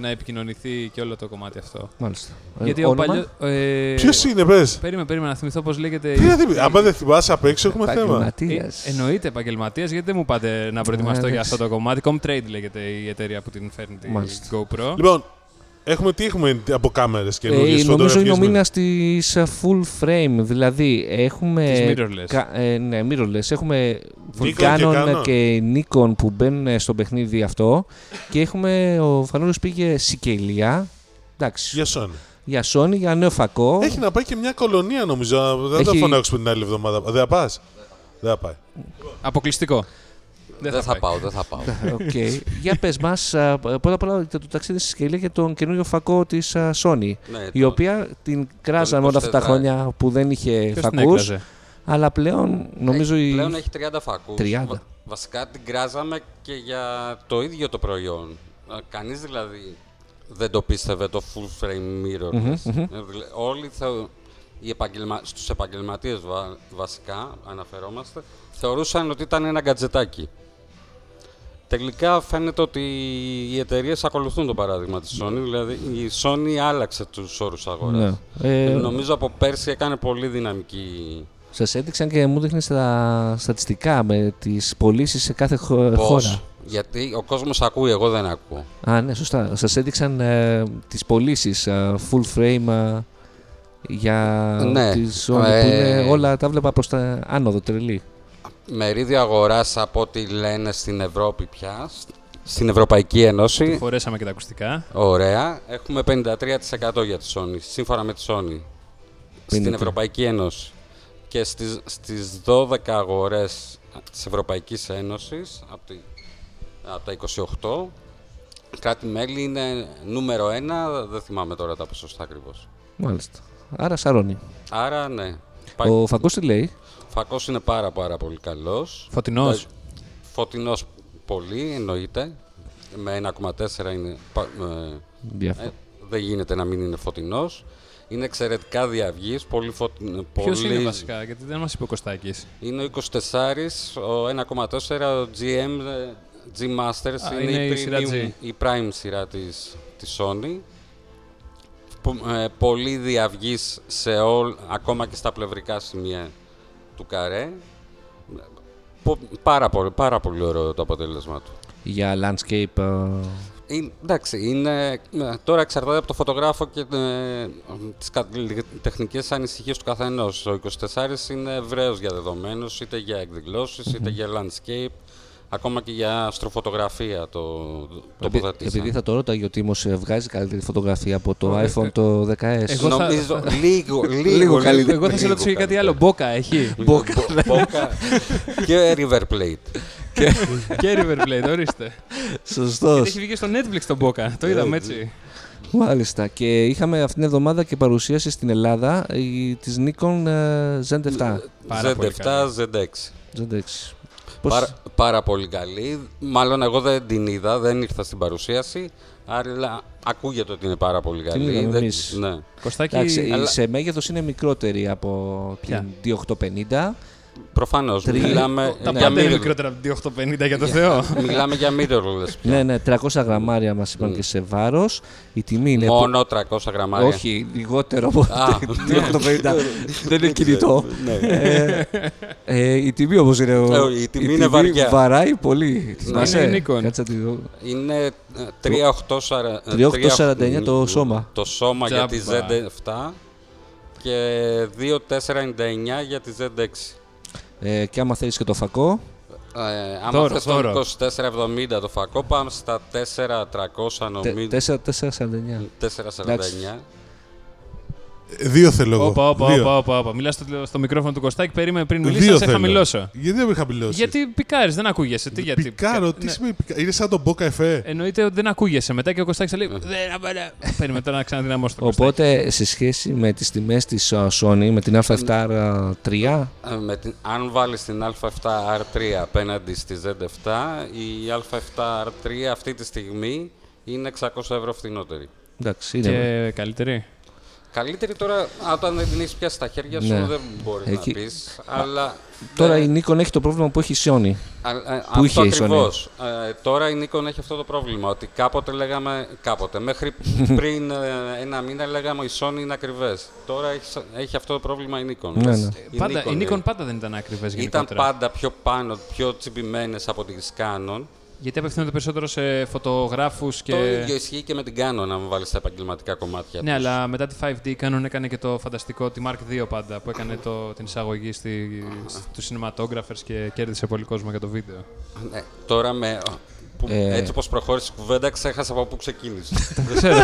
να επικοινωνηθεί και όλο το κομμάτι αυτό. Μάλιστα. Ε, Γιατί ο όνομα? παλιό. Ε, Ποιος είναι, πες. Περίμενε, περίμενε να θυμηθώ πώς λέγεται. Τι η- να θυμ- Άμα δεν θυμάσαι απ' έξω, έχουμε θέμα. Ε, Επαγγελματίας. εννοείται επαγγελματίας, γιατί δεν μου πάτε να προετοιμαστώ Ε, για εντάξει. αυτό το κομμάτι. Comtrade λέγεται η εταιρεία που την φέρνει την Μάλιστα. GoPro. Λοιπόν, έχουμε τι έχουμε από κάμερες και Ε, νομίζω είναι ο φωτογραφίες. μήνας της ε, full frame. Δηλαδή έχουμε. Της mirrorless. κα- ε, ναι, mirrorless. Έχουμε Nikon και Canon Canon. και Nikon που μπαίνουν στο παιχνίδι αυτό. Και έχουμε. Ο Φανούρης πήγε Σικελία. Εντάξει. Για Sony. Για Sony, για νέο φακό. Έχει να πάει και μια κολονία νομίζω. Δεν θα Έχει- φωνάξουμε την άλλη εβδομάδα. Δεν θα πας. Δεν θα πάει. Αποκλειστικό. Δεν, θα, πάει. πάω, δεν θα πάω. Ε, Οκ. Για πες μας α, πρώτα απ' όλα το, το ταξίδι στη Σικελία και τον καινούριο φακό της α, Sony. Ναι, η το- οποία την κράζαμε όλα αυτά τα 24. χρόνια που δεν είχε Ποιος την φακούς. έκραζε. Αλλά πλέον νομίζω έχει, η- Ε, πλέον έχει 30 φακούς. 30. Βα- βασικά την κράζαμε και για το ίδιο το προϊόν. Ε, Κανείς δηλαδή δεν το πίστευε το full frame mirror. Όλοι θεω- οι επαγγελμα... στους επαγγελματίες βα- βασικά αναφερόμαστε θεωρούσαν ότι ήταν ένα γκατζετάκι. Τελικά φαίνεται ότι οι εταιρείες ακολουθούν το παράδειγμα της Sony, δηλαδή η Sony άλλαξε τους όρους αγοράς. Ναι. Ε, Νομίζω από πέρσι έκανε πολύ δυναμική Σας έδειξαν και μου δείχνει τα στατιστικά με τις πωλήσεις σε κάθε χω- χώρα. Πώς. Γιατί ο κόσμος ακούει, εγώ δεν ακούω. Α, ναι, σωστά. Σας έδειξαν ε, τις πωλήσεις full frame ε, για Ναι. τη ζώνη Ε, που είναι όλα τα βλέπα προς τα άνοδο τρελή. Μερίδιο αγοράς από ό,τι λένε στην Ευρώπη πια, σ- στην Ευρωπαϊκή Ένωση. Φορέσαμε και τα ακουστικά. Ωραία. Έχουμε 53% για τη Sony, σύμφωνα με τη Sony. Στην 53. Ευρωπαϊκή Ένωση. Και στις, στις 12 αγορές της Ευρωπαϊκής Ένωσης, από, τη, από τα 28, κάτι μέλη είναι νούμερο 1, δεν θυμάμαι τώρα τα ποσοστά ακριβώς. Μάλιστα. Άρα σαρώνει. Άρα ναι, Ο φακό τι λέει. Φακός είναι πάρα πάρα πολύ καλός. Ε, Φωτεινός. Φωτεινός πολύ εννοείται. Με 1,4 είναι... πα- ε, Διάφορο. ε, δεν γίνεται να μην είναι φωτεινός. Είναι εξαιρετικά διαυγής, πολύ φωτεινό. Ποιο Πολύ... είναι βασικά, γιατί δεν μας είπε ο Κωστάκης. Είναι ο 24, ο 1,4, ο GM, ε, G Masters. Α, είναι η σειρά G. η prime σειρά της, της Sony. Που, ε, πολύ διαυγής σε όλ, ακόμα και στα πλευρικά σημεία του καρέ. Πο- πάρα, πολύ, πάρα πολύ ωραίο το αποτέλεσμα του. Για landscape. ε, Είναι, εντάξει, είναι, ε, τώρα εξαρτάται από το φωτογράφο και ε, τις κα- τεχνικές ανησυχίες του καθενός. Ο 24 είναι ευρέως διαδεδομένος, είτε για εκδηλώσεις, είτε για landscape, ακόμα και για αστροφωτογραφία το επει- τοποθετήσαμε. επειδή θα το ρώταγε ο Τίμος, ε, βγάζει καλύτερη φωτογραφία από το iPhone το 10S. Εγώ- θα- Νομίζω λίγο, λίγο, καλύτερα. Εγώ θα σε ρωτήσω για κάτι άλλο. Μπόκα έχει. Μπόκα. και River Plate. και River Plate, ορίστε. Σωστός. Έχει βγει και στο Netflix τον Μπόκα. Το είδαμε έτσι. Μάλιστα. Και είχαμε αυτήν την εβδομάδα και παρουσίαση στην Ελλάδα η- της Nikon ε, Z7. Πάρα πολύ Z7, Z6. Z6. Πώς... Πάρα, πάρα πολύ καλή. Μάλλον εγώ δεν την είδα, δεν ήρθα στην παρουσίαση. Άρα λα- ακούγεται ότι είναι πάρα πολύ καλή. λέγαμε Δεν- εμείς. ναι. Κωστάκη, Εντάξει, η αλλά- σε μέγεθος είναι μικρότερη από Ποια? την 2850. Προφανώς. Τρι- Μιλάμε, τα για πάντα είναι mirror- μικρότερα από την 850 για το Θεό. μιλάμε για mirrorless. πια. Ναι, ναι, 300 γραμμάρια μας είπαν και σε βάρος. Η τιμή είναι... Μόνο 300 γραμμάρια. ναι, Όχι, λιγότερο από Α, ναι. την 850. Δεν είναι κινητό. Ε, ε, η τιμή όμως είναι... Ε, η τιμή είναι βαριά. Βαράει πολύ. Θυμάσαι, είναι Nikon. Κάτσε να τη δω. Είναι ε, 3849 3849 το σώμα. ε, Το σώμα για τη Τζάμπα. Z7 και 2499 για τη Z6. Ε, και άμα θέλεις και το φακό, Ε, άμα Δώρο, θες δώρο. το 2470 το φακό, πάμε στα 4300 τε- νομίζω. 4,49. 449. Ε, Δύο θέλω εγώ. Όπα, όπα, Δύο. όπα, όπα, όπα. Μιλάς στο, στο μικρόφωνο του Κωστάκη, περίμενε πριν Δύο μιλήσει, να σε θέλω. χαμηλώσω. Γιατί δεν με χαμηλώσει. Γιατί πικάρεις, δεν ακούγεσαι. Τι, γιατί. Πικάρω, τι Ναι. Ε, σημαίνει πικάρω. Είναι σαν τον E. Μπόκα Εφέ. Εννοείται ότι δεν ακούγεσαι. Μετά και ο Κωστάκης λέει. Δεν απαντά». Περίμενε τώρα να ξαναδυναμώσει το Κωστάκη. Οπότε σε σχέση με τις τιμές της uh, Sony, με την α7R3, Ε, με την, αν βάλεις την α7R3 απέναντι στη Z7, η α7R3 αυτή τη στιγμή είναι 600 ευρώ φθηνότερη. εντάξει, είναι... Και καλύτερη. Καλύτερη τώρα, όταν δεν την έχει πιάσει στα χέρια σου, Ναι. δεν μπορείς Εκεί- να πεις, αλλά... Τώρα δεν- η Nikon έχει το πρόβλημα που έχει η Sony. Α, ε, Πού είχε αυτό η Sony? ακριβώς. Ε, τώρα η Nikon έχει αυτό το πρόβλημα. Ότι κάποτε λέγαμε. Κάποτε, μέχρι πριν ε, ένα μήνα λέγαμε η Sony είναι ακριβές. Τώρα έχει, σαν- έχει αυτό το πρόβλημα η Nikon. Ναι, ναι. Πάντα, η λέει. Nikon πάντα δεν ήταν ακριβές ήταν γενικότερα. πάντα πιο πάνω, πιο τσιμπημένες από τις Canon. Γιατί απευθύνονται περισσότερο σε φωτογράφους και. Το ίδιο ισχύει και με την Canon, αν βάλει στα επαγγελματικά κομμάτια. Ναι, της. αλλά μετά τη 5D η Canon έκανε και το φανταστικό, τη Mark II πάντα, που έκανε το, την εισαγωγή στη, στους cinematographers και κέρδισε πολύ κόσμο για το βίντεο. Ναι, τώρα με. Που, Ε. Έτσι όπως προχώρησε η κουβέντα, ξέχασα από πού ξεκίνησε. Δεν ξέρω.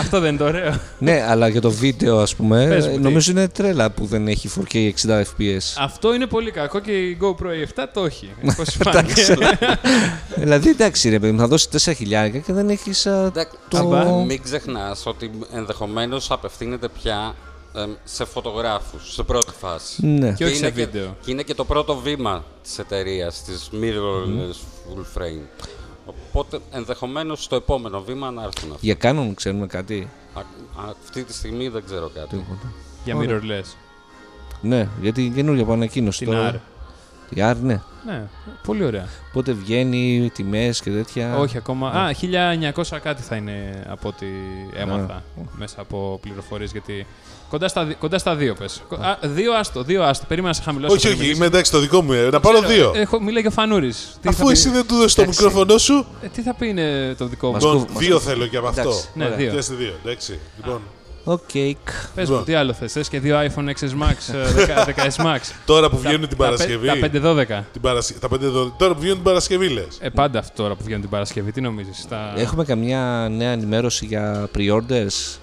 Αυτό δεν είναι το ωραίο. Ναι, αλλά για το βίντεο, ας πούμε, Πες μου, τι. νομίζω είναι τρέλα που δεν έχει 4K 60 FPS. Αυτό είναι πολύ κακό και η GoPro i7 το έχει. Πώς φάνηκε. δηλαδή, εντάξει, ρε παιδί μου, θα δώσει 4 χιλιάρικα και δεν έχεις. Εντάξει, Το- αλλά Μην ξεχνάς ότι ενδεχομένως απευθύνεται πια εμ, σε φωτογράφους, σε πρώτη φάση. Ναι. Και όχι σε είναι βίντεο. Και είναι και το πρώτο βήμα της εταιρείας, της mirrorless full frame. Οπότε ενδεχομένως στο επόμενο βήμα να έρθουν αυτά. Για Canon ξέρουμε κάτι. Α- αυτή τη στιγμή δεν ξέρω κάτι. Για mirrorless. Ναι, γιατί καινούργια από ανακοίνωση. Την τώρα. R. Η R, ναι. Ναι, πολύ ωραία. Πότε βγαίνει, τιμές και Ε. τέτοια. Όχι ακόμα. Α, 1900 κάτι θα είναι από ό,τι Ε. έμαθα μέσα από πληροφορίες. Γιατί κοντά στα, δι- κοντά στα δύο πες. Δύο άστο, δύο άστο. Περίμενα να σε χαμηλώσω. Ε. Όχι, πριν όχι, μιλήσεις. είμαι εντάξει το δικό μου. ε, Να πάρω δύο. Έχω, μιλάει και ο Φανούρη. Τι, θα Αφού πει- εσύ δεν του δώσει το μικρόφωνο σου. ε, τι θα πει είναι το δικό μου. Μας- Λοιπόν, κόβει, μας δύο κόβει. θέλω και από αυτό. Εντάξει. Ναι, Ωραία. δύο. Πιάστε δύο, εντάξει. Λοιπόν, Οκ. Πες μου, Λοιπόν. τι άλλο θες. Θες και δύο iPhone 6s Max, ε, 10 10S Max. τώρα που βγαίνουν την Τα πε- Παρασκευή. Τα 512. Την Παρασκε- τα πέντε δω- Τώρα που βγαίνουν την Παρασκευή, λες. Ε, πάντα αυτό τώρα που βγαίνουν την Παρασκευή, τι νομίζεις. Τα... Έχουμε καμιά νέα ενημέρωση για pre-orders.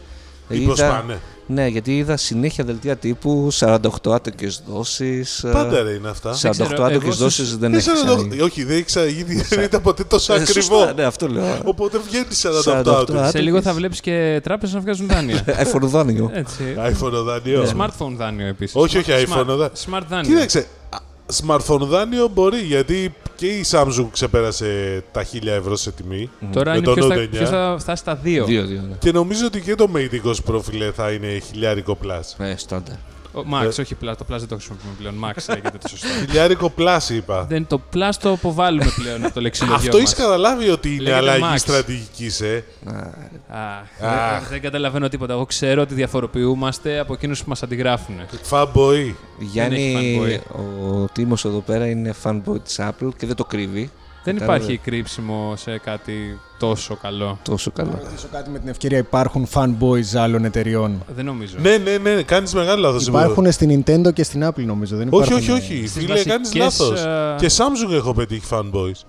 Ή πώς πάνε. Ναι, γιατί είδα συνέχεια δελτία τύπου, 48 άτοκες δόσεις. Πάντα ρε είναι αυτά. Δεν ξέρω, 48 εγώ άτοκες στις- δόσεις δεν Ε, Ε, έχει. 48 Όχι, δεν ήξερα γίνει, δεν ήταν ποτέ τόσο Ε, σωστά, ακριβό. Ναι, αυτό λέω. Οπότε βγαίνει 48 48 out. Σε λίγο θα βλέπεις και τράπεζες να βγάζουν δάνεια. iPhone δάνειο. Έτσι. iPhone ναι. δάνειο. Smartphone δάνειο επίσης. Ε, Όχι, όχι, Smart- iPhone δάνειο. Smart δάνειο. Κοίταξε, α, smartphone δάνειο μπορεί γιατί και η Samsung ξεπέρασε τα 1000 ευρώ σε τιμή. Τώρα με είναι το ποιος Note θα, 9. ποιος θα φτάσει στα δύο. Δύο, δύο. ναι. Και νομίζω ότι και το Mate 20 προφιλέ θα είναι χιλιάρικο πλάσ. Ε, στάνταρ. Ο Max, Ε. όχι Plus, το Plus δεν το χρησιμοποιούμε πλέον. Max λέγεται το σωστό. Χιλιάρικο πλάσ είπα. δεν, το Plus το αποβάλλουμε πλέον από το λεξιλογιό Αυτό μας. είσαι καταλάβει ότι είναι Λέγεται Max. αλλαγή στρατηγικής, ε. Αχ, δεν- δεν καταλαβαίνω τίποτα. Εγώ ξέρω ότι διαφοροποιούμαστε από εκείνους που μας αντιγράφουν. Ε, Φαμποή. Γιάννη, έχει ο Τίμος εδώ πέρα είναι fanboy της Apple και δεν το κρύβει. Δεν Κατάλαβε. υπάρχει κρύψιμο σε κάτι τόσο καλό. Τόσο Να καλά. ρωτήσω κάτι με την ευκαιρία. Υπάρχουν fanboys άλλων εταιριών. Δεν νομίζω. Ναι, ναι, ναι, κάνεις μεγάλο λάθος. Υπάρχουν στην Nintendo και στην Apple νομίζω. Δεν Όχι, υπάρχουν, όχι, ε, όχι. Στις Φίλε, κάνεις βασικές, λάθος. ε, Και Samsung έχω πετύχει fanboys.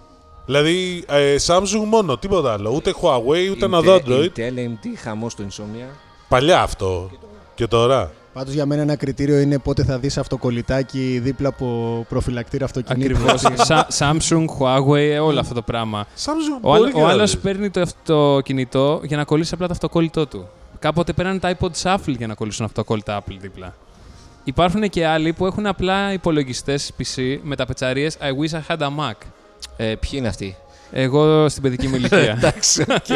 Δηλαδή, ε, Samsung μόνο, τίποτα άλλο. Ούτε Huawei, ούτε ένα Intel- Android. Intel, AMD, χαμός στο Insomnia. Παλιά αυτό. Και τώρα. Πάντως για μένα ένα κριτήριο είναι πότε θα δεις αυτοκολλητάκι δίπλα από προφυλακτήρα αυτοκινήτου. Ακριβώ. Ναι. Samsung, Huawei, ε, όλο αυτό το πράγμα. Samsung Ο, μπορεί άλλ, και ο να άλλο δεις. παίρνει το, το κινητό για να κολλήσει απλά το αυτοκόλλητό του. Κάποτε παίρνανε τα iPod Shuffle για να κολλήσουν αυτοκόλλητα Apple δίπλα. Υπάρχουν και άλλοι που έχουν απλά υπολογιστές PC με τα πετσαρίες I wish I had a Mac. Ε, ποιοι είναι αυτοί. Ε, Εγώ στην παιδική μου ηλικία. Εντάξει, οκ.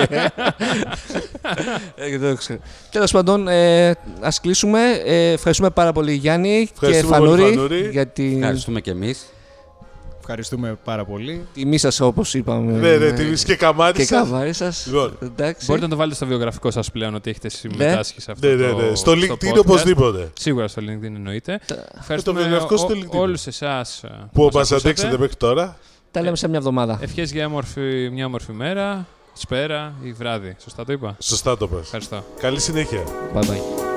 Τέλος πάντων, ε, ας κλείσουμε. Ε, ευχαριστούμε πάρα πολύ Γιάννη και Ευχαριστούμε πολύ, Φανούρη Φανούρη. για την Ευχαριστούμε κι εμείς. Ευχαριστούμε πάρα πολύ. τιμή σας, όπως είπαμε. Ναι, ναι, Ε, τη και καμάτι. και σας. καβάρι σας. Λοιπόν. Εντάξει. Μπορείτε να το βάλετε στο βιογραφικό σας πλέον ότι έχετε συμμετάσχει σε αυτό. Ναι, ναι, ναι. το- Στο podcast. LinkedIn οπωσδήποτε. Σίγουρα στο LinkedIn εννοείται. Ευχαριστούμε βιογραφικό στο LinkedIn. όλους εσάς Που μα αντέξετε μέχρι τώρα. Τα λέμε σε μια εβδομάδα. Ευχές για όμορφη, μια όμορφη μέρα, σπέρα ή βράδυ. Σωστά το είπα. Σωστά το πες. Ευχαριστώ. Καλή συνέχεια. Bye bye.